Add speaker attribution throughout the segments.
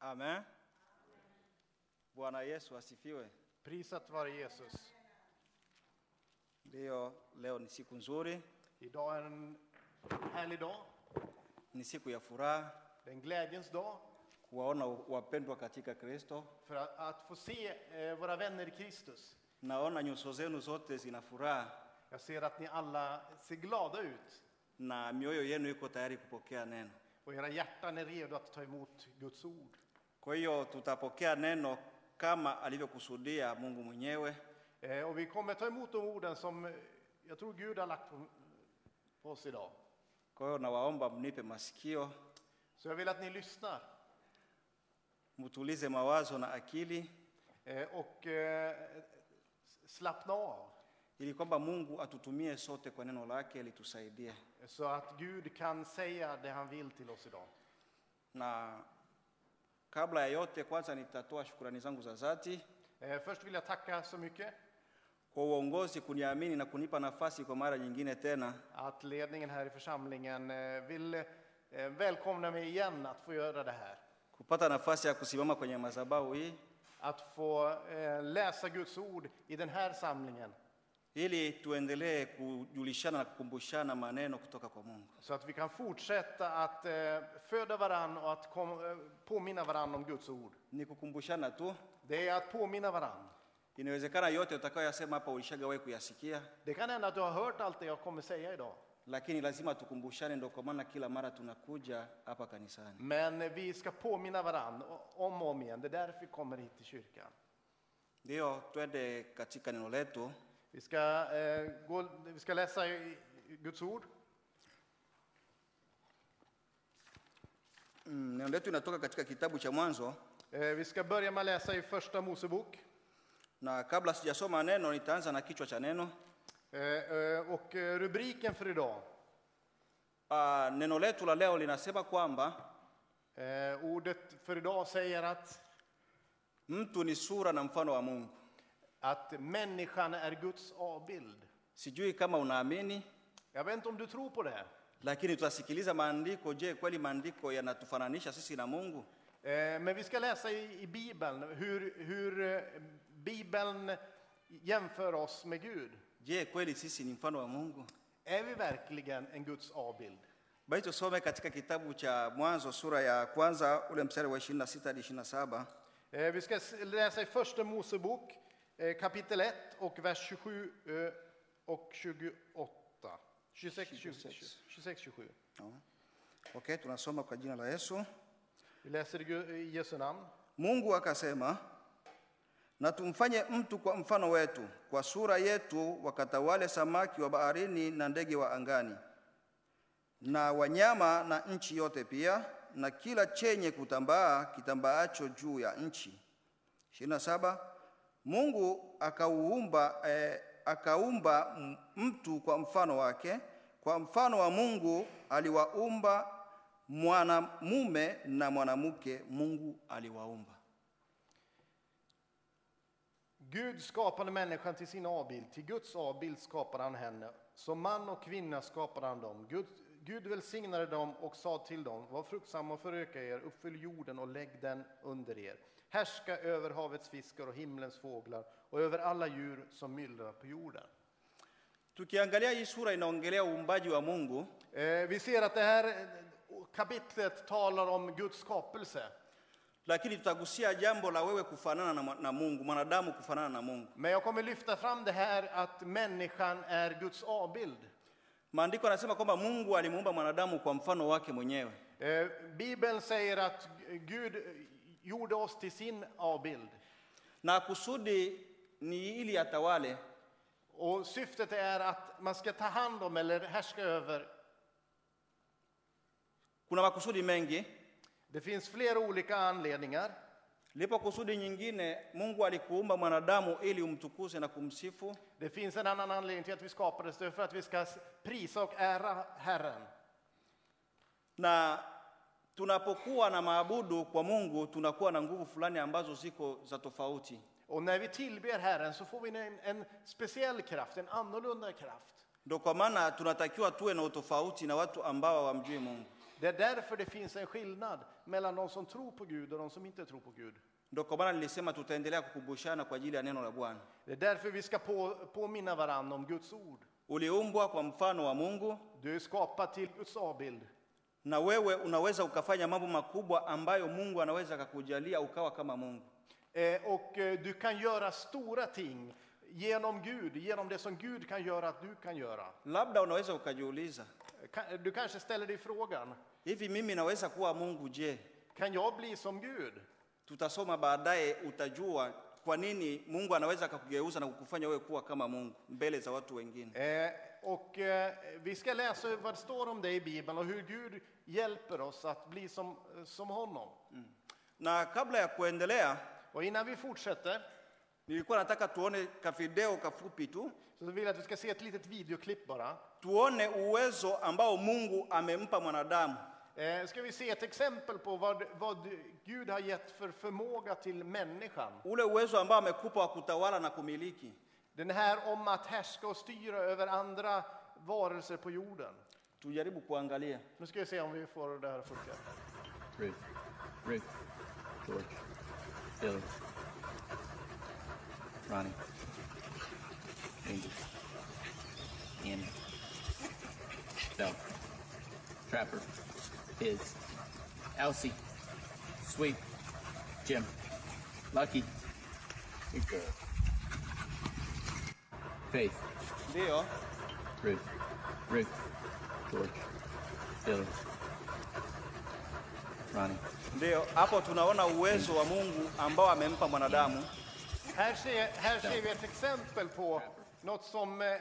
Speaker 1: Amen. Bwana Yesu asifiwe.
Speaker 2: Prisat vare Jesus.
Speaker 1: Ndiyo, leo ni siku nzuri,
Speaker 2: Idag är en härlig dag.
Speaker 1: ni siku ya furaha
Speaker 2: Det är en glädjens dag
Speaker 1: kuwaona wapendwa katika Kristo.
Speaker 2: för att, att få se eh, våra vänner i Kristus.
Speaker 1: Naona nyuso zenu zote zina furaha
Speaker 2: Jag ser att ni alla ser glada ut
Speaker 1: na mioyo yenu iko tayari kupokea neno.
Speaker 2: och era hjärtan är redo att ta emot Guds ord.
Speaker 1: Kwa hiyo tutapokea neno kama alivyokusudia Mungu mwenyewe,
Speaker 2: Eh, Och vi kommer ta emot de orden som eh, jag tror Gud har lagt på, på oss idag.
Speaker 1: kwa hiyo nawaomba mnipe masikio,
Speaker 2: Så jag vill att ni lyssnar
Speaker 1: mtulize mawazo na akili,
Speaker 2: eh, och eh, slappna av
Speaker 1: ili kwamba Mungu atutumie sote kwa neno lake litusaidie.
Speaker 2: så att Gud kan säga det han vill till oss idag.
Speaker 1: Na kabla ya yote, kwanza nitatoa shukurani zangu za dhati
Speaker 2: Eh, Först vill jag tacka så mycket
Speaker 1: kwa uongozi kuniamini na kunipa nafasi kwa mara nyingine tena
Speaker 2: att ledningen här i församlingen eh, vill eh, välkomna mig igen att få göra det här.
Speaker 1: kupata nafasi ya kusimama kwenye madhabahu hii.
Speaker 2: Att få eh, läsa Guds ord i den här samlingen
Speaker 1: ili tuendelee kujulishana na kukumbushana maneno kutoka kwa Mungu.
Speaker 2: så att vi kan fortsätta att eh, föda varann och att kom, eh, påminna varann om Guds ord.
Speaker 1: Ni kukumbushana tu,
Speaker 2: Det är att påminna varann.
Speaker 1: inawezekana yote utakayoyasema hapa ulishagawahi kuyasikia,
Speaker 2: Det kan hända att du har hört allt det jag kommer säga idag.
Speaker 1: lakini lazima tukumbushane. Ndio kwa maana kila mara tunakuja hapa kanisani.
Speaker 2: Men vi ska påminna varann o- om och om igen. Det är därför vi kommer hit till kyrkan.
Speaker 1: Ndiyo, twende katika neno letu.
Speaker 2: Vi ska, eh, gå, vi ska läsa i- i Guds ord.
Speaker 1: Mm, neno letu inatoka katika kitabu cha Mwanzo,
Speaker 2: Eh, vi ska börja med att läsa i Första Mosebok.
Speaker 1: na kabla sijasoma neno, nitaanza na kichwa cha neno.
Speaker 2: Eh, eh, Och eh, rubriken för idag,
Speaker 1: Ah, neno letu la leo linasema kwamba
Speaker 2: eh, ordet för idag säger att,
Speaker 1: mtu ni sura na mfano wa Mungu.
Speaker 2: att människan är Guds avbild.
Speaker 1: Sijui kama unaamini,
Speaker 2: Jag vet inte om du tror på det.
Speaker 1: lakini tutasikiliza maandiko. Je, kweli maandiko yanatufananisha sisi na Mungu?
Speaker 2: Eh, Men vi ska läsa i, i Bibeln hur, hur eh, Bibeln jämför oss med Gud.
Speaker 1: Je, kweli sisi ni mfano wa Mungu?
Speaker 2: Är vi verkligen en Guds avbild?
Speaker 1: Basi tusome katika kitabu cha Mwanzo sura ya kwanza ule mstari wa 26 hadi 27.
Speaker 2: Eh, Vi ska s- läsa i Första Mosebok eh, kapitel 1 och vers 27 eh, och 28. 26, 26, 26 27.
Speaker 1: Ja. Okay, tunasoma kwa jina la Yesu.
Speaker 2: Vi läser i Gu- i Jesu namn.
Speaker 1: Mungu akasema, na tumfanye mtu kwa mfano wetu, kwa sura yetu, wakatawale samaki wa baharini na ndege wa angani na wanyama na nchi yote pia, na kila chenye kutambaa kitambaacho juu ya nchi. 27 Mungu akauumba eh, akaumba m- mtu kwa mfano wake, kwa mfano wa Mungu aliwaumba mwanamume na mwanamke Mungu aliwaumba.
Speaker 2: Gud skapade människan till sin avbild, till Guds avbild skapade han henne. Som man och kvinna skapade han dem. Gud, Gud välsignade dem och sa till dem, var fruktsamma och föröka er, uppfyll jorden och lägg den under er. Härska över havets fiskar och himlens fåglar och över alla djur som myllrar på jorden.
Speaker 1: Tukiangalia hii sura inaongelea uumbaji wa Mungu,
Speaker 2: Eh, vi ser att det här kapitlet talar om Guds skapelse.
Speaker 1: lakini tutagusia jambo la wewe kufanana na, mwa- na Mungu, mwanadamu kufanana na Mungu.
Speaker 2: Men jag kommer lyfta fram det här att människan är Guds avbild.
Speaker 1: Maandiko yanasema kwamba Mungu alimuumba mwanadamu kwa mfano wake mwenyewe.
Speaker 2: Eh, Bibeln säger att Gud gjorde oss till sin avbild.
Speaker 1: na kusudi ni ili atawale,
Speaker 2: Och syftet är att man ska ta hand om eller härska över.
Speaker 1: kuna makusudi mengi.
Speaker 2: Det finns flera olika anledningar.
Speaker 1: Lipo kusudi nyingine, Mungu alikuumba mwanadamu ili umtukuze na kumsifu.
Speaker 2: Det finns en annan anledning till att vi skapades, det är för att vi ska prisa och ära Herren.
Speaker 1: Na tunapokuwa na maabudu kwa Mungu, tunakuwa na nguvu fulani ambazo ziko za tofauti.
Speaker 2: Och när vi tillber Herren så får vi en, en speciell kraft, en annorlunda kraft.
Speaker 1: Ndio kwa maana tunatakiwa tuwe na utofauti na watu ambao hawamjui Mungu.
Speaker 2: Det är därför det finns en skillnad mellan de som tror på Gud och de som inte tror på Gud.
Speaker 1: Ndio kwa maana nilisema tutaendelea kukumbushana kwa ajili ya neno la Bwana.
Speaker 2: Det är därför vi ska på, påminna varandra om Guds ord.
Speaker 1: Uliumbwa kwa mfano wa Mungu
Speaker 2: Du är skapad till Guds avbild.
Speaker 1: na wewe unaweza ukafanya mambo makubwa ambayo Mungu anaweza akakujalia ukawa kama Mungu.
Speaker 2: Eh, Och eh, du kan göra stora ting genom Gud, genom det som Gud kan göra att du kan göra.
Speaker 1: Labda unaweza ukajiuliza,
Speaker 2: Ka- Du kanske ställer dig frågan,
Speaker 1: hivi mimi naweza kuwa Mungu je?
Speaker 2: kan jag bli som Gud?
Speaker 1: Tutasoma baadaye, utajua kwa nini Mungu anaweza akakugeuza na kukufanya wewe kuwa kama Mungu mbele za watu wengine.
Speaker 2: Eh, Och eh, vi ska läsa vad det står om det i Bibeln och hur Gud hjälper oss att bli som, eh, som honom.
Speaker 1: Na kabla ya kuendelea,
Speaker 2: Och innan vi fortsätter
Speaker 1: nilikuwa nataka tuone kavideo kafupi tu,
Speaker 2: så vill jag att vi ska se ett litet videoklipp bara.
Speaker 1: tuone uwezo ambao Mungu amempa mwanadamu.
Speaker 2: Eh, Ska vi se ett exempel på vad, vad Gud har gett för förmåga till människan.
Speaker 1: ule uwezo ambao amekupa wa kutawala na kumiliki.
Speaker 2: Den här om att härska och styra över andra varelser på jorden.
Speaker 1: Tujaribu kuangalia.
Speaker 2: Nu ska vi se om vi får det här att funka.
Speaker 3: Rick, Rick, George, Billy, Ronnie, Andy, Annie, Bell, Trapper, Biz, Elsie, Sweet, Jim, Lucky, Good girl, Faith,
Speaker 1: Ndiyo,
Speaker 3: Rick, Rick, George, Billy, Ronnie,
Speaker 1: ndiyo. Hapo tunaona uwezo wa Mungu ambao amempa mwanadamu.
Speaker 2: Här ser, här ser vi ett exempel på något som eh,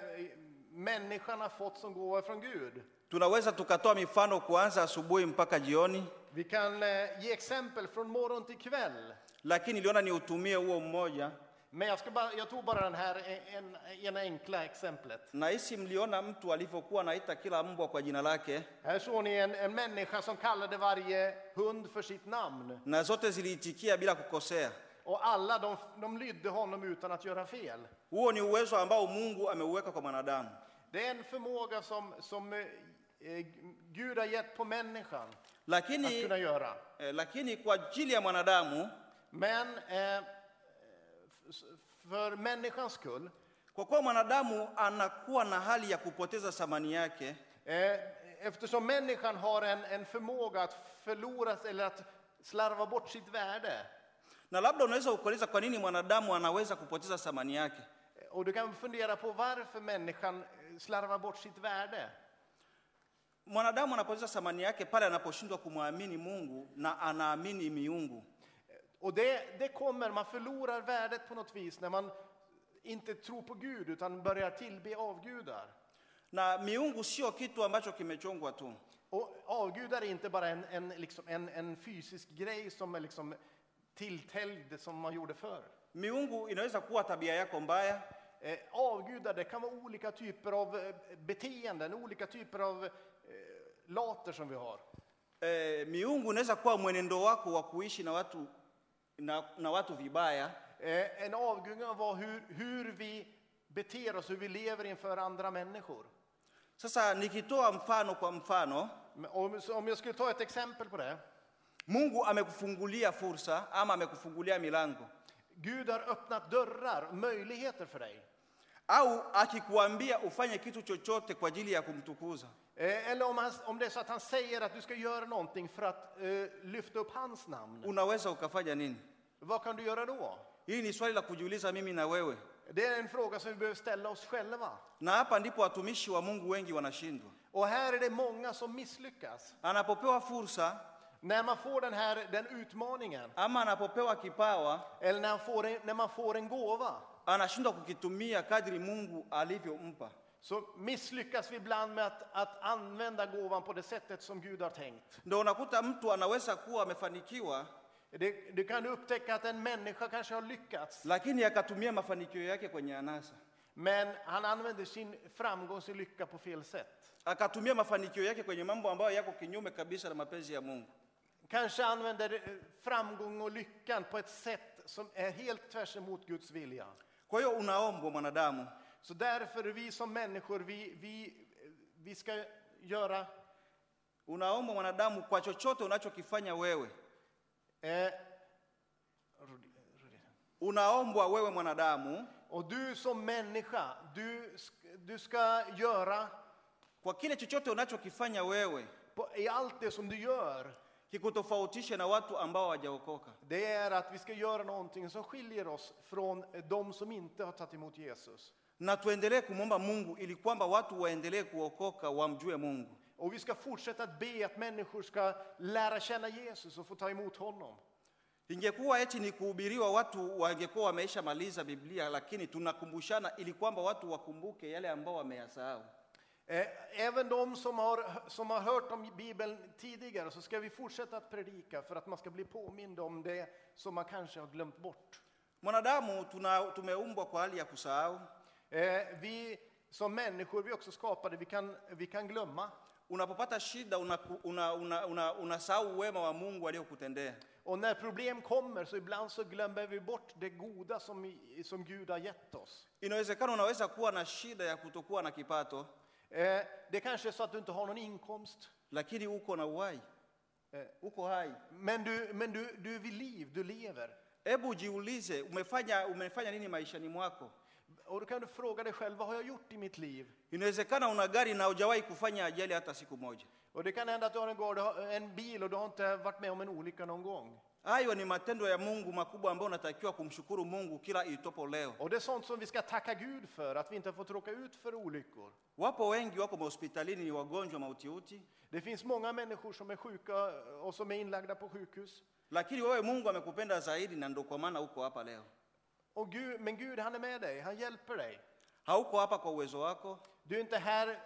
Speaker 2: människan har fått som gåva från Gud.
Speaker 1: Tunaweza tukatoa mifano kuanza asubuhi mpaka jioni,
Speaker 2: Vi kan eh, ge exempel från morgon till kväll.
Speaker 1: lakini niliona niutumie huo mmoja.
Speaker 2: Men jag, ska bara, jag tog bara den här eh, en, ena enkla exemplet.
Speaker 1: Nahisi mliona mtu alivyokuwa anaita kila mbwa kwa jina lake,
Speaker 2: Här såg ni en, en människa som kallade varje hund för sitt namn.
Speaker 1: na zote ziliitikia bila kukosea.
Speaker 2: Och alla de, de lydde honom utan att göra fel.
Speaker 1: Huo ni uwezo ambao Mungu ameuweka kwa mwanadamu.
Speaker 2: Det är en förmåga som, som eh, eh, Gud har gett på människan att
Speaker 1: Lakini,
Speaker 2: kunna göra.
Speaker 1: eh, lakini kwa ajili ya mwanadamu
Speaker 2: Men eh, f- för människans skull,
Speaker 1: Kwa kuwa mwanadamu anakuwa na hali ya kupoteza thamani yake,
Speaker 2: eh, eftersom människan har en, en förmåga att förlora eller att slarva bort sitt värde.
Speaker 1: na labda unaweza kuuliza kwa nini mwanadamu anaweza kupoteza thamani yake.
Speaker 2: eh, Och du kan fundera på varför människan eh, slarvar bort sitt värde.
Speaker 1: Mwanadamu anapoteza thamani yake pale anaposhindwa kumwamini Mungu na anaamini miungu.
Speaker 2: Och det, det kommer, man förlorar värdet på något vis när man inte tror på Gud utan börjar tillbe avgudar.
Speaker 1: Na miungu sio kitu ambacho kimechongwa tu,
Speaker 2: Och avgudar är inte bara en, en, liksom en, en fysisk grej som är liksom tilltälld som man gjorde förr.
Speaker 1: miungu inaweza kuwa tabia yako mbaya,
Speaker 2: Eh, avgudar det kan vara olika typer av eh, beteenden, olika typer av eh, later som vi har.
Speaker 1: e, miungu inaweza kuwa mwenendo wako wa kuishi na watu, na, na watu vibaya.
Speaker 2: Eh, en avgud kan vara hur, hur vi beter oss, hur vi lever inför andra människor.
Speaker 1: Sasa nikitoa mfano kwa mfano,
Speaker 2: Men Om, så om jag skulle ta ett exempel på det.
Speaker 1: Mungu amekufungulia fursa ama amekufungulia milango
Speaker 2: Gud har öppnat dörrar, möjligheter för dig.
Speaker 1: au akikuambia ufanye kitu chochote kwa ajili ya kumtukuza.
Speaker 2: Eh, Eller om, han, om det är så att han säger att du ska göra någonting för att eh, lyfta upp hans namn.
Speaker 1: Unaweza ukafanya nini?
Speaker 2: Vad kan du göra då?
Speaker 1: Hili ni swali la kujiuliza mimi na wewe,
Speaker 2: Det är en fråga som vi behöver ställa oss själva.
Speaker 1: na hapa ndipo watumishi wa Mungu wengi wanashindwa.
Speaker 2: Och här är det många som misslyckas.
Speaker 1: Anapopewa fursa
Speaker 2: När man får den här den utmaningen,
Speaker 1: ama anapopewa kipawa,
Speaker 2: eller när man får en, när man får en gåva,
Speaker 1: anashindwa kukitumia kadri Mungu alivyompa.
Speaker 2: så misslyckas vi ibland med att, att använda gåvan på det sättet som Gud har tänkt.
Speaker 1: Ndio unakuta mtu anaweza kuwa amefanikiwa,
Speaker 2: Det, du kan upptäcka att en människa kanske har lyckats,
Speaker 1: lakini akatumia mafanikio yake kwenye anasa,
Speaker 2: men han använder sin framgång, sin lycka på fel sätt.
Speaker 1: akatumia mafanikio yake kwenye mambo ambayo yako kinyume kabisa na mapenzi ya Mungu.
Speaker 2: Kanske använder eh, framgång och lyckan på ett sätt som är helt tvärs emot Guds vilja.
Speaker 1: Kwa hiyo unaombwa mwanadamu,
Speaker 2: Så därför, vi som människor, vi, vi, vi ska eh, göra
Speaker 1: unaomba mwanadamu kwa chochote unachokifanya wewe
Speaker 2: Eh,
Speaker 1: unaombwa wewe mwanadamu
Speaker 2: och du som människa, du, sk- du ska göra
Speaker 1: kwa kile chochote unachokifanya wewe
Speaker 2: på, i allt det som du gör.
Speaker 1: kikutofautishe na watu ambao hawajaokoka
Speaker 2: Det är att vi ska göra någonting som skiljer oss från de som inte har tagit emot Jesus.
Speaker 1: na tuendelee kumwomba mungu ili kwamba watu waendelee kuokoka wamjue mungu
Speaker 2: Och vi ska fortsätta att be att människor ska lära känna Jesus och få ta emot honom.
Speaker 1: ingekuwa eti ni kuhubiriwa watu wangekuwa wameisha maliza biblia lakini tunakumbushana ili kwamba watu wakumbuke yale ambao wameyasahau
Speaker 2: Eh, Även de som har, som har hört om Bibeln tidigare så ska vi fortsätta att predika för att man ska bli påmind om det som man kanske har glömt bort.
Speaker 1: mwanadamu tuna, tumeumbwa kwa hali ya kusahau
Speaker 2: Eh, Vi som människor, vi är också skapade, vi kan, vi kan glömma.
Speaker 1: unapopata shida unasahau una, una, una, unasahau wema wa mungu aliyokutendea
Speaker 2: Och när problem kommer så ibland så glömmer vi bort det goda som, i- som Gud har gett oss.
Speaker 1: inawezekana unaweza kuwa na shida ya kutokuwa na kipato
Speaker 2: Eh, Det kanske är så att du inte har någon inkomst,
Speaker 1: lakini uko na uhai
Speaker 2: Eh.
Speaker 1: uko hai
Speaker 2: men du, men du, du är vid liv, du lever.
Speaker 1: hebu jiulize umefanya, umefanya nini maishani mwako
Speaker 2: Och då kan du fråga dig själv, vad har jag gjort i mitt liv?
Speaker 1: inawezekana una gari na hujawahi kufanya ajali hata siku moja
Speaker 2: Och det kan hända att du har en, gård, du har en bil och du har inte varit med om en olycka någon gång.
Speaker 1: hayo ni matendo ya mungu makubwa ambayo unatakiwa kumshukuru mungu kila itopo leo
Speaker 2: Och det är sånt som vi ska tacka Gud för, att vi inte har fått råka ut för olyckor.
Speaker 1: wapo wengi wako mahospitalini ni wagonjwa mautiuti
Speaker 2: Det finns många människor som är sjuka och som är inlagda på sjukhus.
Speaker 1: lakini wewe mungu amekupenda zaidi na ndo kwa maana uko hapa leo
Speaker 2: Och Gud, men Gud, han är med dig, han hjälper dig.
Speaker 1: hauko hapa kwa uwezo wako
Speaker 2: Du är inte här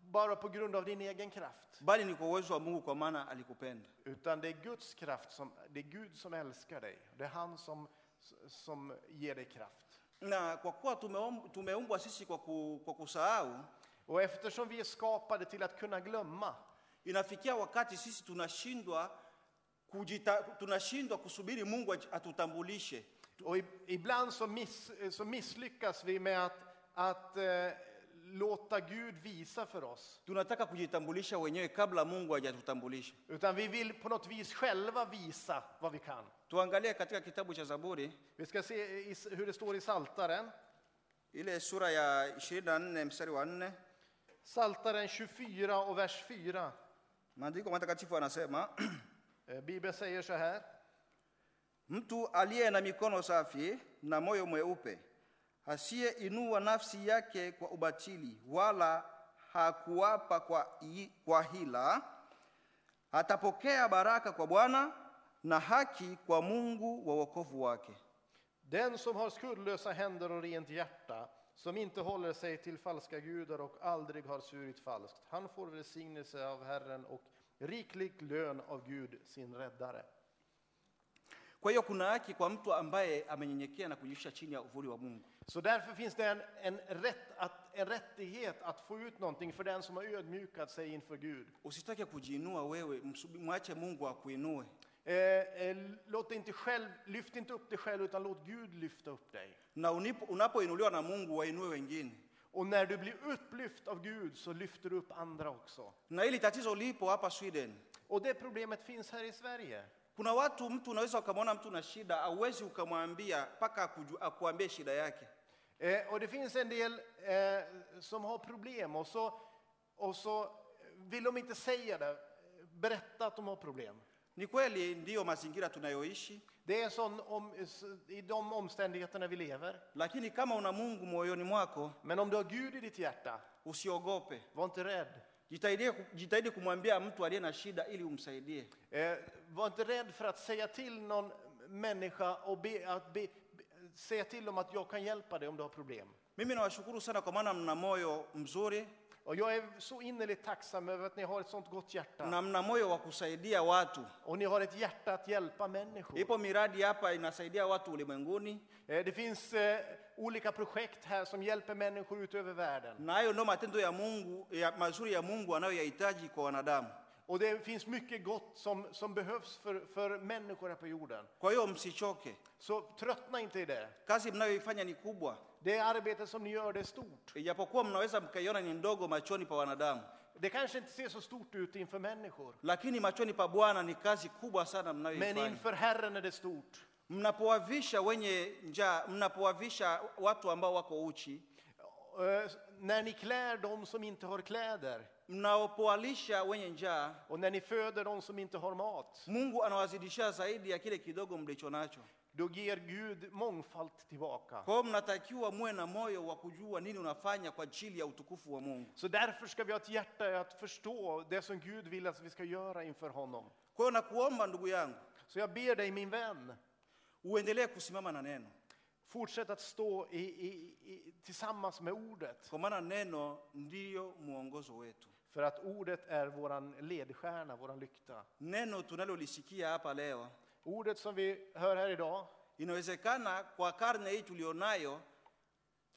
Speaker 2: bara på grund av din egen kraft,
Speaker 1: bali ni kwa uwezo wa mungu kwa maana alikupenda
Speaker 2: utan det är Guds kraft, som, det är Gud som älskar dig. Det är han som, som ger dig kraft.
Speaker 1: na kwa kuwa tumeom- tumeumbwa sisi kwa, ku, kwa kusahau
Speaker 2: Och eftersom vi är skapade till att kunna glömma,
Speaker 1: inafikia wakati sisi tunashindwa kujita, tunashindwa kusubiri mungu aj- atutambulishe
Speaker 2: och i, ibland så, miss, så misslyckas vi med att, att eh, låta Gud visa för oss.
Speaker 1: tunataka kujitambulisha wenyewe kabla mungu hajatutambulisha
Speaker 2: Utan vi vill på något vis själva visa vad vi kan.
Speaker 1: tuangalie katika kitabu cha zaburi
Speaker 2: Vi ska se i, s- hur det står i Saltaren.
Speaker 1: ile sura ya 24 mstari wa 4
Speaker 2: Saltaren 24 och vers 4.
Speaker 1: maandiko matakatifu anasema
Speaker 2: Eh, Bibeln säger så här.
Speaker 1: mtu aliye na mikono safi na moyo mweupe asiyeinua nafsi yake kwa ubatili wala hakuapa kwa, hi- kwa hila atapokea baraka kwa bwana na haki kwa mungu wa wokovu wake
Speaker 2: Den som har skuldlösa händer och rent hjärta, som inte håller sig till falska gudar och aldrig har svurit falskt, han får välsignelse av Herren och riklig lön av Gud, sin räddare.
Speaker 1: kwa hiyo kuna haki kwa mtu ambaye amenyenyekea na kujishusha chini ya uvuli wa mungu
Speaker 2: Så därför finns det en, en, rätt att, en rättighet att få ut någonting för den som har ödmjukat sig inför Gud.
Speaker 1: usitake kujiinua wewe msubi- mwache mungu akuinue
Speaker 2: Eh, eh, låt inte själv, lyft inte upp dig själv, utan låt Gud lyfta upp dig.
Speaker 1: na unipo- unapoinuliwa na mungu wainue wengine
Speaker 2: Och när du blir upplyft av Gud så lyfter du upp andra också.
Speaker 1: na hili tatizo lipo hapa sweden
Speaker 2: Och det problemet finns här i Sverige.
Speaker 1: kuna watu mtu unaweza ukamwona mtu na shida auwezi ukamwambia mpaka akuju- akuambie shida yake
Speaker 2: Eh, och det finns en del eh, som har problem och så, och så vill de inte säga det, berätta att de har problem.
Speaker 1: ni kweli ndiyo mazingira tunayoishi
Speaker 2: Det är sån om, s- i de omständigheterna vi lever.
Speaker 1: lakini kama una mungu moyoni mwako
Speaker 2: Men om du har Gud i ditt hjärta,
Speaker 1: usiogope
Speaker 2: var inte rädd.
Speaker 1: jitahidi, jitahidi kumwambia mtu aliye na shida ili umsaidie
Speaker 2: Eh, var inte rädd för att säga till någon människa och be, att be, be, säga till dem att jag kan hjälpa dig om du har problem.
Speaker 1: mimi nawashukuru sana kwa maana mna moyo mzuri
Speaker 2: Och jag är så innerligt tacksam över att ni har ett sånt gott hjärta.
Speaker 1: na mna moyo wa kusaidia watu
Speaker 2: Och ni har ett hjärta att hjälpa människor.
Speaker 1: ipo miradi hapa inasaidia watu ulimwenguni
Speaker 2: Eh, Det finns eh, olika projekt här som hjälper människor ut över världen.
Speaker 1: na hayo ndio matendo ya mungu ya mazuri ya mungu anayoyahitaji kwa wanadamu
Speaker 2: Och det finns mycket gott som, som behövs för, för människor här på jorden.
Speaker 1: kwa hiyo msichoke
Speaker 2: Så tröttna inte i det.
Speaker 1: kazi mnayoifanya ni kubwa
Speaker 2: Det arbete som ni gör, det är stort.
Speaker 1: ijapokuwa mnaweza mkaiona ni ndogo machoni pa wanadamu
Speaker 2: Det kanske inte ser så stort ut inför människor,
Speaker 1: lakini machoni pa bwana ni kazi kubwa sana
Speaker 2: men
Speaker 1: mnayoifanya
Speaker 2: inför Herren är det stort.
Speaker 1: mnapowavisha wenye njaa mnapowavisha watu ambao wako uchi
Speaker 2: Eh, När ni klär dem som inte har kläder
Speaker 1: mnapoalisha wenye njaa
Speaker 2: och när ni föder dem som inte har mat,
Speaker 1: mungu anawazidishia zaidi ya kile kidogo mlicho nacho
Speaker 2: då ger Gud mångfald tillbaka.
Speaker 1: kwa hiyo mnatakiwa muwe na moyo wa kujua nini unafanya kwa ajili ya utukufu wa mungu
Speaker 2: Så därför ska vi ha ett hjärta att förstå det som Gud vill att vi ska göra inför honom.
Speaker 1: kwa hiyo nakuomba ndugu yangu
Speaker 2: Så jag ber dig min vän,
Speaker 1: uendelee kusimama na neno
Speaker 2: fortsätt att stå i, i, i, tillsammans med ordet.
Speaker 1: kwa maana neno ndiyo mwongozo wetu
Speaker 2: För att ordet är våran ledstjärna, våran lykta.
Speaker 1: neno tunalolisikia hapa leo
Speaker 2: Ordet som vi hör här idag,
Speaker 1: inawezekana kwa karne hii tulionayo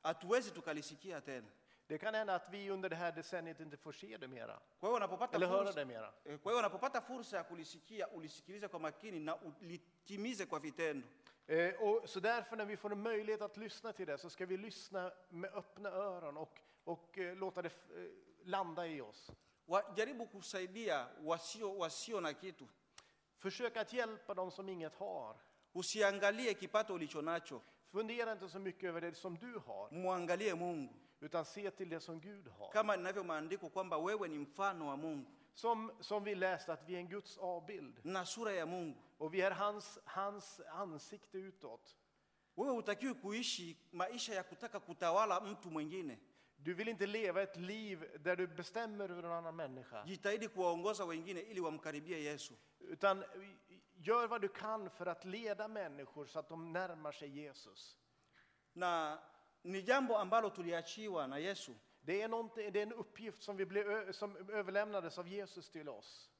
Speaker 1: hatuwezi tukalisikia tena
Speaker 2: det kan hända att vi under det här decenniet inte får se det mera.
Speaker 1: kwa hiyo wanapopata
Speaker 2: Eller höra
Speaker 1: fursa,
Speaker 2: det mera.
Speaker 1: Eh, kwa hiyo wanapopata fursa ya kulisikia ulisikilize kwa makini na ulitimize kwa vitendo
Speaker 2: Eh, och så därför när vi får en möjlighet att lyssna till det så ska vi lyssna med öppna öron och, och eh, låta det eh, landa i oss.
Speaker 1: wajaribu kusaidia wasio, wasio na kitu
Speaker 2: Försök att hjälpa dem som inget har.
Speaker 1: usiangalie kipato ulicho nacho
Speaker 2: Fundera inte så mycket över det som du har,
Speaker 1: mwangalie mungu
Speaker 2: utan se till det som Gud har.
Speaker 1: kama ninavyo maandiko kwamba wewe ni mfano wa mungu
Speaker 2: Som, som vi läste att vi är en Guds avbild
Speaker 1: na sura ya mungu
Speaker 2: och vi är hans, hans ansikte utåt.
Speaker 1: wewe hutakiwi kuishi maisha ya kutaka kutawala mtu mwingine
Speaker 2: Du vill inte leva ett liv där du bestämmer över en annan människa,
Speaker 1: jitahidi kuwaongoza wengine ili wamkaribie yesu
Speaker 2: utan gör vad du kan för att leda människor så att de närmar sig Jesus.
Speaker 1: na ni jambo ambalo tuliachiwa na yesu
Speaker 2: Det är, någonting- det är en uppgift som, vi blev, ö- som överlämnades av Jesus till oss.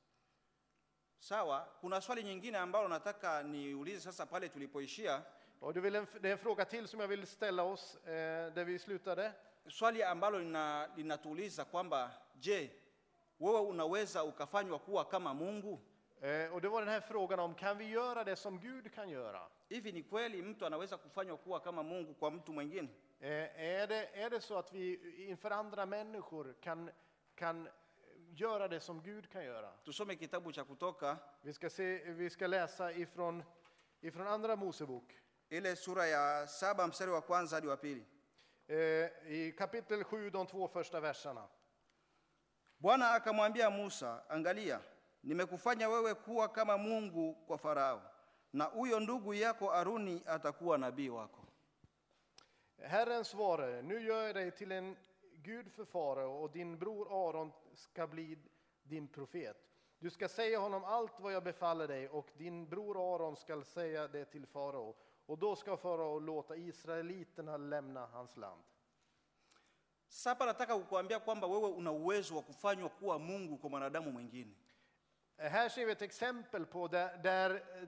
Speaker 1: sawa kuna swali nyingine ambalo nataka niulize sasa pale tulipoishia
Speaker 2: Och det, vill en, det är en fråga till som jag vill ställa oss eh, där vi slutade.
Speaker 1: swali ambalo lina- linatuuliza kwamba je wewe unaweza ukafanywa kuwa kama mungu
Speaker 2: Eh, och det var den här frågan om kan vi göra det som Gud kan göra?
Speaker 1: hivi ni kweli mtu anaweza kufanywa kuwa kama mungu kwa mtu mwingine
Speaker 2: Eh, är, det, är det så att vi inför andra människor kan, kan göra det som Gud kan göra?
Speaker 1: tusome kitabu cha kutoka
Speaker 2: Vi ska, se, vi ska läsa ifrån, ifrån andra Mosebok
Speaker 1: ile sura ya saba mstari wa kwanza hadi wa pili
Speaker 2: eh, i kapitel 7, de två första verserna.
Speaker 1: Bwana akamwambia Musa, angalia, nimekufanya wewe kuwa kama Mungu kwa Farao, na huyo ndugu yako Aruni atakuwa nabii wako.
Speaker 2: Herren svarade, nu gör jag dig till en gud för farao och din bror Aron ska bli din profet. Du ska säga honom allt vad jag befaller dig och din bror Aron ska säga det till farao och då ska farao låta israeliterna lämna hans land.
Speaker 1: Sasa hapa nataka kukuambia kwamba wewe una uwezo wa kufanywa kuwa Mungu kwa mwanadamu mwingine.
Speaker 2: Eh, Här ser vi ett exempel på där, där, eh,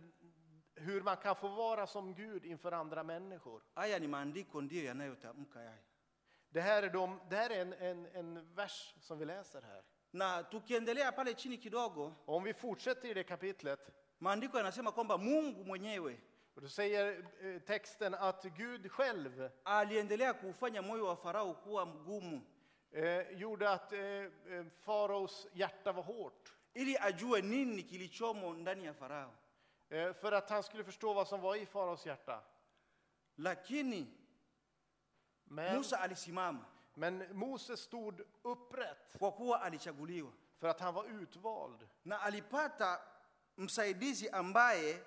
Speaker 2: hur man kan få vara som Gud inför andra människor.
Speaker 1: Haya ni maandiko ndiyo yanayotamka haya,
Speaker 2: Det här är, de, det här är en, en, en vers som vi läser här.
Speaker 1: na tukiendelea pale chini kidogo,
Speaker 2: Om vi fortsätter i det kapitlet
Speaker 1: maandiko yanasema kwamba Mungu mwenyewe
Speaker 2: Och då säger eh, texten att Gud själv
Speaker 1: aliendelea kuufanya moyo wa Farao kuwa mgumu
Speaker 2: eh, gjorde att eh, eh, faraos hjärta var hårt.
Speaker 1: ili ajue nini kilichomo ndani ya Farao.
Speaker 2: Eh, för att han skulle förstå vad som var i faraos hjärta.
Speaker 1: Lakini
Speaker 2: Men,
Speaker 1: Musa alisimama
Speaker 2: men Moses stod upprätt
Speaker 1: kwa kuwa alichaguliwa
Speaker 2: för att han var utvald.
Speaker 1: na alipata msaidizi ambaye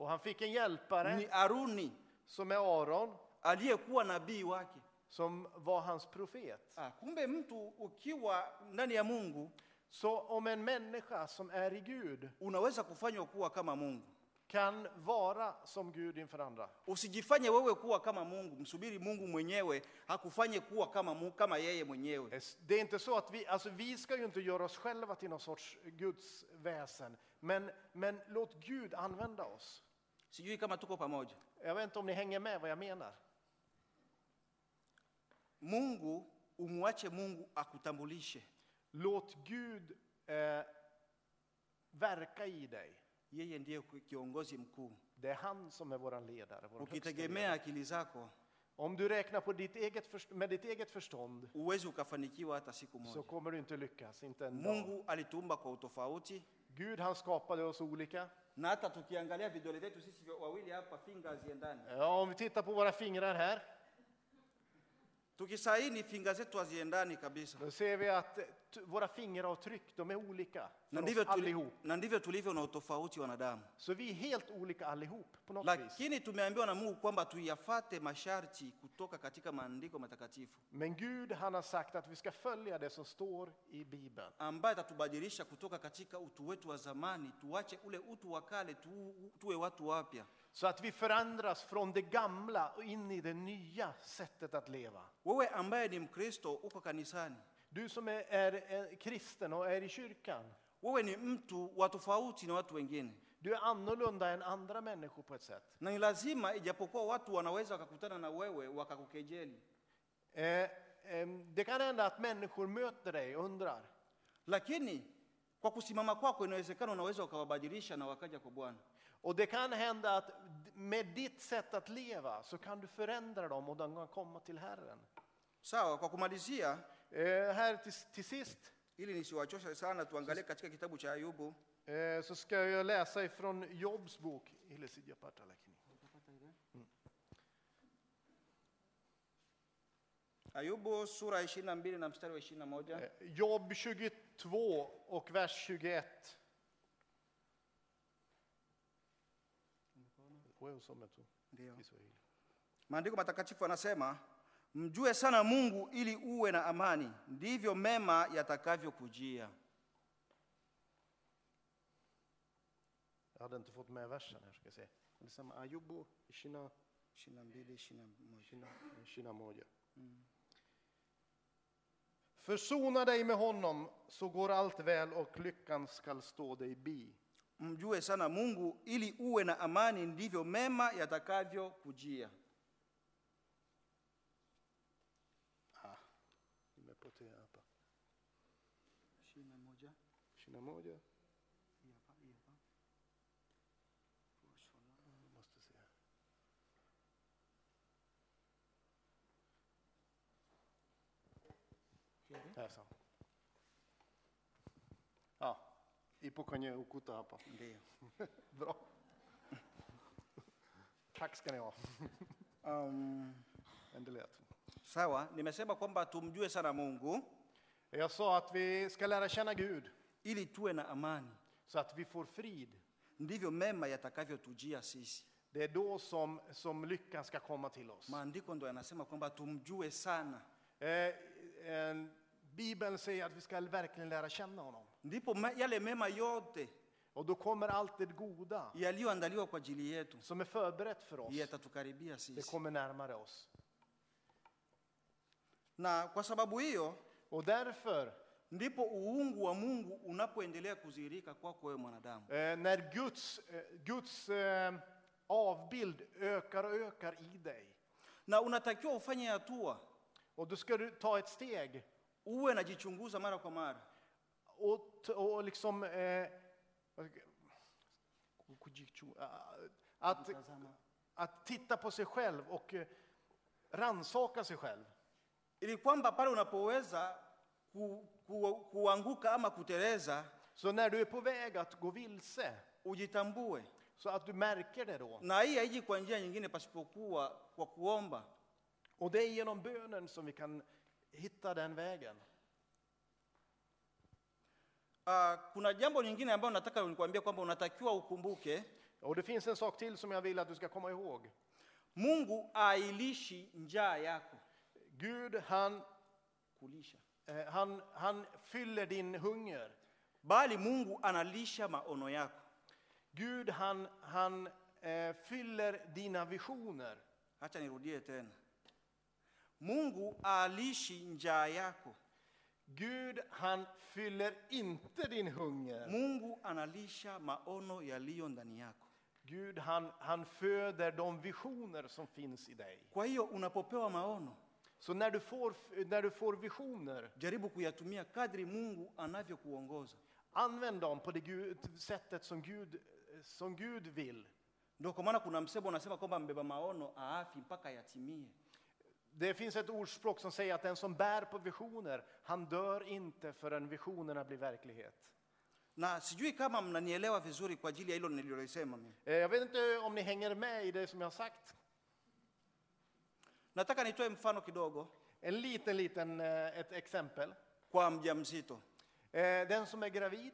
Speaker 2: Och han fick en hjälpare
Speaker 1: ni Aruni
Speaker 2: som är Aron,
Speaker 1: aliyekuwa nabii wake.
Speaker 2: som var hans profet.
Speaker 1: Ah, kumbe mtu ukiwa ndani ya Mungu
Speaker 2: Så om en människa som är i Gud
Speaker 1: unaweza kufanywa kuwa kama Mungu.
Speaker 2: kan vara som Gud inför andra.
Speaker 1: Usijifanye wewe kuwa kama Mungu, msubiri Mungu mwenyewe hakufanye kuwa kama, mu- kama yeye mwenyewe.
Speaker 2: Eh, Det är inte så att vi, alltså vi ska ju inte göra oss själva till någon sorts Guds väsen, men, men låt Gud använda oss.
Speaker 1: Sijui kama tuko pamoja.
Speaker 2: Jag vet inte om ni hänger med vad jag menar.
Speaker 1: Mungu umwache Mungu akutambulishe
Speaker 2: Låt Gud eh, verka i dig.
Speaker 1: yeye, ndiye kiongozi mkuu.
Speaker 2: Det är han som är vår ledare. Vår högsta ledare.
Speaker 1: Ukitegemea akili zako
Speaker 2: Om du räknar på ditt eget först- med ditt eget förstånd
Speaker 1: huwezi ukafanikiwa hata siku
Speaker 2: så
Speaker 1: moja.
Speaker 2: kommer du inte lyckas, inte en dag.
Speaker 1: Mungu alituumba kwa utofauti,
Speaker 2: Gud han skapade oss olika.
Speaker 1: na hata tukiangalia vidole vyetu sisi vya- wawili hapa, finga haziendani.
Speaker 2: Ja, om vi tittar på våra fingrar här,
Speaker 1: Tukisaini finga zetu haziendani kabisa,
Speaker 2: då ser vi att eh, t- våra fingeravtryck, de är olika
Speaker 1: na
Speaker 2: för
Speaker 1: ndivyo,
Speaker 2: oss
Speaker 1: tuli,
Speaker 2: allihop.
Speaker 1: na ndivyo tulivyo na utofauti wanadamu,
Speaker 2: Så vi är helt olika allihop på något vis.
Speaker 1: lakini tumeambiwa na Mungu kwamba tuyafate masharti kutoka katika maandiko matakatifu
Speaker 2: Men Gud han har sagt att vi ska följa det som står i Bibeln.
Speaker 1: ambaye atatubadilisha kutoka katika utu wetu wa zamani, tuache ule utu wa kale, tu, tuwe watu wapya.
Speaker 2: Så att vi förändras från det gamla och in i det nya sättet att leva.
Speaker 1: Wewe ambaye ni Mkristo uko kanisani,
Speaker 2: Du som är, är, eh, kristen och är i kyrkan,
Speaker 1: wewe ni mtu wa tofauti na watu wengine,
Speaker 2: du är annorlunda än andra människor på ett sätt.
Speaker 1: na ni lazima, ijapokuwa watu wanaweza wakakutana na wewe wakakukejeli,
Speaker 2: Eh, eh, det kan hända att människor möter dig och undrar.
Speaker 1: lakini kwa kusimama kwako inawezekana unaweza ukawabadilisha na wakaja kwa Bwana.
Speaker 2: Och det kan hända att d- med ditt sätt att leva så kan du förändra dem och de kan komma till Herren.
Speaker 1: Sawa, kwa kumalizia,
Speaker 2: Eh, här till, till sist
Speaker 1: ili nisiwachoshe sana, tuangalie katika kitabu cha Ayubu.
Speaker 2: eh, så ska jag läsa ifrån Jobs bok. Ilesidia Partalakini.
Speaker 1: Ayubu sura 22 na mstari wa 21.
Speaker 2: Eh, Jobb 22 och vers 21. Wewe usome tu
Speaker 1: Ndio.
Speaker 2: Kiswahili.
Speaker 1: Maandiko matakatifu anasema, mjue sana Mungu ili uwe na amani, ndivyo mema yatakavyokujia.
Speaker 2: Jag hade inte fått med versen här, ska jag se. Det samma Ayubo, Shina,
Speaker 1: 22, 21.
Speaker 2: Shina, Shina Moja. Mm. Försona dig med honom så går allt väl och lyckan skall stå dig bi.
Speaker 1: Mjue sana Mungu ili uwe na amani, ndivyo mema yatakavyokujia.
Speaker 2: Nimepotea hapa. Shina Moja. Jag måste se. Här så. Ja, ipo kwenye ukuta hapa.
Speaker 1: Ndio.
Speaker 2: Bra. Tack ska ni ha.
Speaker 1: Um,
Speaker 2: Endelea.
Speaker 1: sawa, nimesema kwamba tumjue sana Mungu
Speaker 2: Jag sa att vi ska lära känna Gud
Speaker 1: ili tuwe na amani,
Speaker 2: så att vi får frid.
Speaker 1: ndivyo mema yatakavyotujia sisi.
Speaker 2: Det är då som, som lyckan ska komma till oss.
Speaker 1: Maandiko ndo yanasema kwamba tumjue sana,
Speaker 2: Eh, eh, Bibeln säger att vi ska verkligen lära känna honom.
Speaker 1: ndipo me, yale mema yote
Speaker 2: Och då kommer allt det goda
Speaker 1: yaliyoandaliwa kwa ajili yetu
Speaker 2: som är förberett för oss,
Speaker 1: yatatukaribia
Speaker 2: det
Speaker 1: sisi.
Speaker 2: kommer närmare oss.
Speaker 1: Na kwa sababu hiyo
Speaker 2: Och därför, eh,
Speaker 1: ndipo uungu wa Mungu unapoendelea kudhihirika kwako wewe mwanadamu.
Speaker 2: eh, när Guds, eh, Guds eh, avbild ökar och ökar i dig,
Speaker 1: Na unatakiwa ufanye hatua,
Speaker 2: och då ska du ta ett steg
Speaker 1: uwe najichunguza mara kwa mara,
Speaker 2: och, t- och liksom... Eh, vad ska- kujichu- eh, att, att titta på sig själv och eh, ransaka sig själv.
Speaker 1: ili kwamba pale unapoweza ku, ku, kuanguka ama kuteleza
Speaker 2: Så när du är på väg att gå vilse,
Speaker 1: ujitambue.
Speaker 2: så att du märker det då.
Speaker 1: Na hii haiji kwa njia nyingine pasipokuwa kwa kuomba.
Speaker 2: Och det är genom bönen som vi kan hitta den vägen.
Speaker 1: Uh, kuna jambo lingine ambalo nataka nikuambia kwamba unatakiwa ukumbuke,
Speaker 2: Och det finns en sak till som jag vill att du ska komma ihåg.
Speaker 1: Mungu ailishi njaa yako
Speaker 2: Gud, han,
Speaker 1: kulisha,
Speaker 2: eh, han, han fyller din hunger.
Speaker 1: bali Mungu analisha maono yako.
Speaker 2: Gud, han, han eh, fyller dina visioner.
Speaker 1: Acha nirudie tena, Mungu alishi njaa yako,
Speaker 2: Gud, han fyller inte din hunger.
Speaker 1: Mungu analisha maono yaliyo ndani yako.
Speaker 2: Gud, han, han föder de visioner som finns i dig.
Speaker 1: Kwa hiyo unapopewa maono,
Speaker 2: Så när du får, när du får visioner,
Speaker 1: jaribu kuyatumia kadri Mungu anavyokuongoza.
Speaker 2: använd dem på det Gud, sättet som Gud, som Gud vill.
Speaker 1: Ndio kwa maana kuna msemo unasema kwamba mbeba maono aafi mpaka yatimie.
Speaker 2: Det finns ett ordspråk som säger att den som bär på visioner, han dör inte förrän visionerna blir verklighet.
Speaker 1: na sijui kama mnanielewa vizuri kwa ajili ya hilo nililolisema mimi.
Speaker 2: Eh, Jag vet inte om ni hänger med i det som jag har sagt.
Speaker 1: Nataka nitoe mfano kidogo
Speaker 2: En liten, liten, eh, ett exempel.
Speaker 1: kwa mjamzito.
Speaker 2: Eh, Den som är gravid,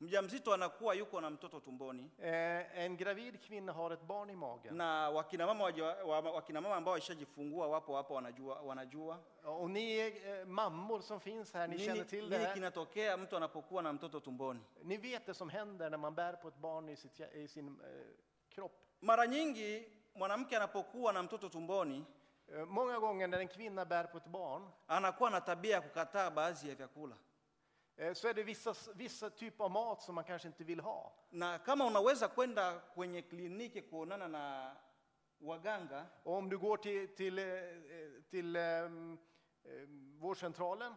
Speaker 1: Mjamzito anakuwa yuko na mtoto tumboni,
Speaker 2: eh, en gravid kvinna har ett barn i magen.
Speaker 1: na wakina mama waja- wa- wakina mama ambao washajifungua wapo hapa, wanajua wanajua
Speaker 2: Och ni eh, mammor som finns här, ni känner
Speaker 1: nini,
Speaker 2: till det
Speaker 1: nini
Speaker 2: här.
Speaker 1: kinatokea mtu anapokuwa na mtoto tumboni.
Speaker 2: Ni vet det som händer när man bär på ett barn i, sitt, hjär- i sin eh, kropp.
Speaker 1: Mara nyingi mwanamke anapokuwa na mtoto tumboni
Speaker 2: Eh, Många gånger när en kvinna bär på ett barn
Speaker 1: anakuwa na tabia ya kukataa baadhi ya vyakula,
Speaker 2: eh, så är det vissa, vissa typer av mat som man kanske inte vill ha.
Speaker 1: na kama unaweza kwenda kwenye kliniki kuonana na waganga
Speaker 2: Och om du går till, till, eh, eh, till ehm, ehm, vårdcentralen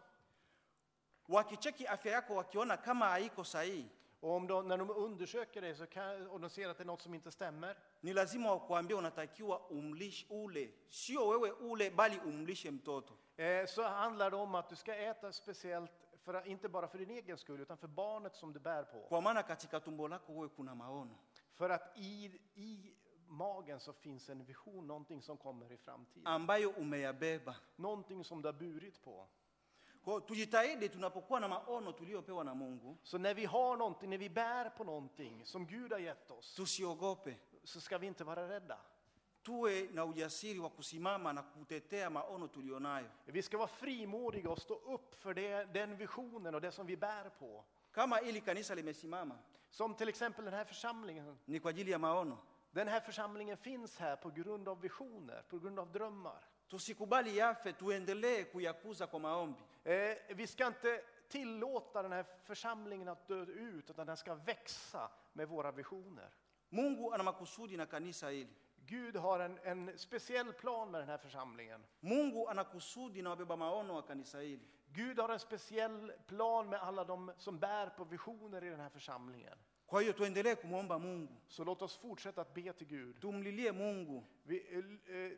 Speaker 1: wakicheki afya yako, wakiona kama haiko sahihi,
Speaker 2: och om de, när de undersöker dig så kan, och de ser att det är något som inte stämmer
Speaker 1: ni lazima wakuambia unatakiwa umlishe ule, sio wewe ule, bali umlishe mtoto.
Speaker 2: eh, så handlar det om att du ska äta speciellt, för, att- inte bara för din egen skull utan för barnet som du bär på.
Speaker 1: Kwa maana katika tumbo lako wewe kuna maono.
Speaker 2: För att i, i magen så finns en vision, någonting som kommer i framtiden.
Speaker 1: ambayo umeyabeba.
Speaker 2: Någonting som du har burit på.
Speaker 1: Kwa hiyo tujitahidi tunapokuwa na maono tuliyopewa na Mungu,
Speaker 2: Så när vi har någonting, när vi bär på någonting som Gud har gett oss
Speaker 1: tusiogope,
Speaker 2: så ska vi inte vara rädda.
Speaker 1: tuwe na ujasiri wa kusimama na kutetea maono tuliyonayo.
Speaker 2: Vi ska vara frimodiga och stå upp för det, den visionen och det som vi bär på.
Speaker 1: Kama ili kanisa limesimama
Speaker 2: Som till exempel den här församlingen.
Speaker 1: ni kwa ajili ya maono,
Speaker 2: Den här församlingen finns här på grund av visioner, på grund av drömmar.
Speaker 1: tusikubali yafe, tuendelee kuyakuza kwa maombi.
Speaker 2: Eh, vi ska inte tillåta den här församlingen att dö ut, utan den ska växa med våra visioner.
Speaker 1: Mungu ana makusudi na kanisa hili.
Speaker 2: Gud har en, en speciell plan med den här församlingen.
Speaker 1: Mungu ana kusudi na wabeba maono wa kanisa hili.
Speaker 2: Gud har en speciell plan med alla de som bär på visioner i den här församlingen.
Speaker 1: Kwa hiyo tuendelee kumwomba Mungu,
Speaker 2: Så låt oss fortsätta att be till Gud.
Speaker 1: tumlilie Mungu
Speaker 2: Vi, eh, eh,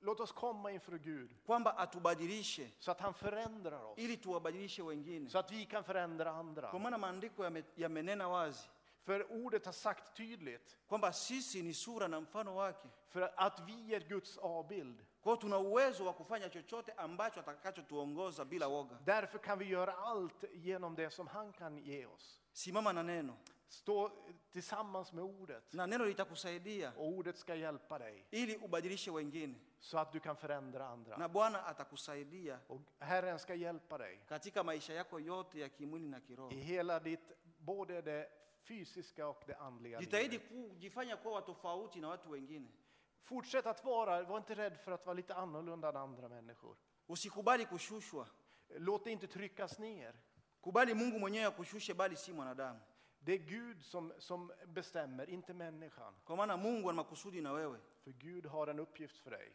Speaker 2: låt oss komma inför Gud
Speaker 1: kwamba atubadilishe
Speaker 2: så att han förändrar oss,
Speaker 1: ili tuwabadilishe wengine,
Speaker 2: så att vi kan förändra
Speaker 1: kwa
Speaker 2: andra.
Speaker 1: maana maandiko yame- yamenena wazi
Speaker 2: För ordet har sagt tydligt,
Speaker 1: kwamba sisi ni sura na mfano wake.
Speaker 2: för att vi är Guds avbild.
Speaker 1: Kwa hiyo tuna uwezo wa kufanya chochote ambacho atakachotuongoza bila woga.
Speaker 2: Därför kan vi göra allt genom det som han kan ge oss.
Speaker 1: Simama na neno,
Speaker 2: Stå tillsammans med ordet
Speaker 1: na neno litakusaidia
Speaker 2: och ordet ska hjälpa dig
Speaker 1: ili ubadilishe wengine,
Speaker 2: så att du kan förändra andra.
Speaker 1: na Bwana atakusaidia
Speaker 2: Och Herren ska hjälpa dig.
Speaker 1: katika maisha yako yote ya kimwili na kiroho.
Speaker 2: i hela ditt, både det fysiska och det andliga
Speaker 1: Jitahidi
Speaker 2: livet.
Speaker 1: kujifanya kuwa wa tofauti na watu wengine.
Speaker 2: Fortsätt att vara, var inte rädd för att vara lite annorlunda än andra människor.
Speaker 1: Usikubali kushushwa,
Speaker 2: Låt dig inte tryckas ner.
Speaker 1: kubali Mungu mwenyewe akushushe, bali si mwanadamu,
Speaker 2: Det är Gud som, som bestämmer, inte människan.
Speaker 1: kwa maana Mungu ana makusudi na wewe.
Speaker 2: För Gud har en uppgift för dig.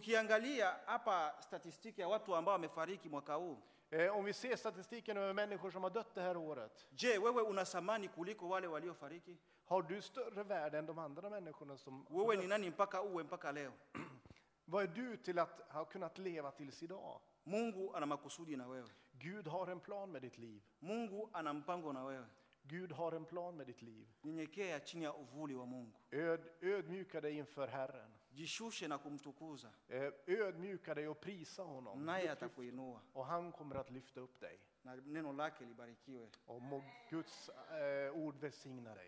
Speaker 1: Tukiangalia hapa statistiki ya watu ambao wamefariki mwaka huu,
Speaker 2: Eh, om vi ser statistiken över människor som har dött det här året.
Speaker 1: Je, wewe una thamani kuliko wale waliofariki?
Speaker 2: Har du större värde än de andra människorna som har
Speaker 1: Wewe
Speaker 2: dött?
Speaker 1: ni nani mpaka uwe mpaka leo?
Speaker 2: Vad är du till att ha kunnat leva tills idag?
Speaker 1: Mungu ana makusudi na wewe.
Speaker 2: Gud har en plan med ditt liv.
Speaker 1: Mungu ana mpango na wewe.
Speaker 2: Gud har en plan med ditt liv.
Speaker 1: Nyenyekea chini ya uvuli wa Mungu,
Speaker 2: Öd, ödmjuka dig inför Herren.
Speaker 1: jishushe na kumtukuza,
Speaker 2: Eh, Ödmjuka dig och prisa honom.
Speaker 1: naye
Speaker 2: Lyft-
Speaker 1: atakuinua
Speaker 2: Och han kommer att lyfta upp dig.
Speaker 1: na neno lake libarikiwe.
Speaker 2: Och må Guds eh, ord välsigna dig.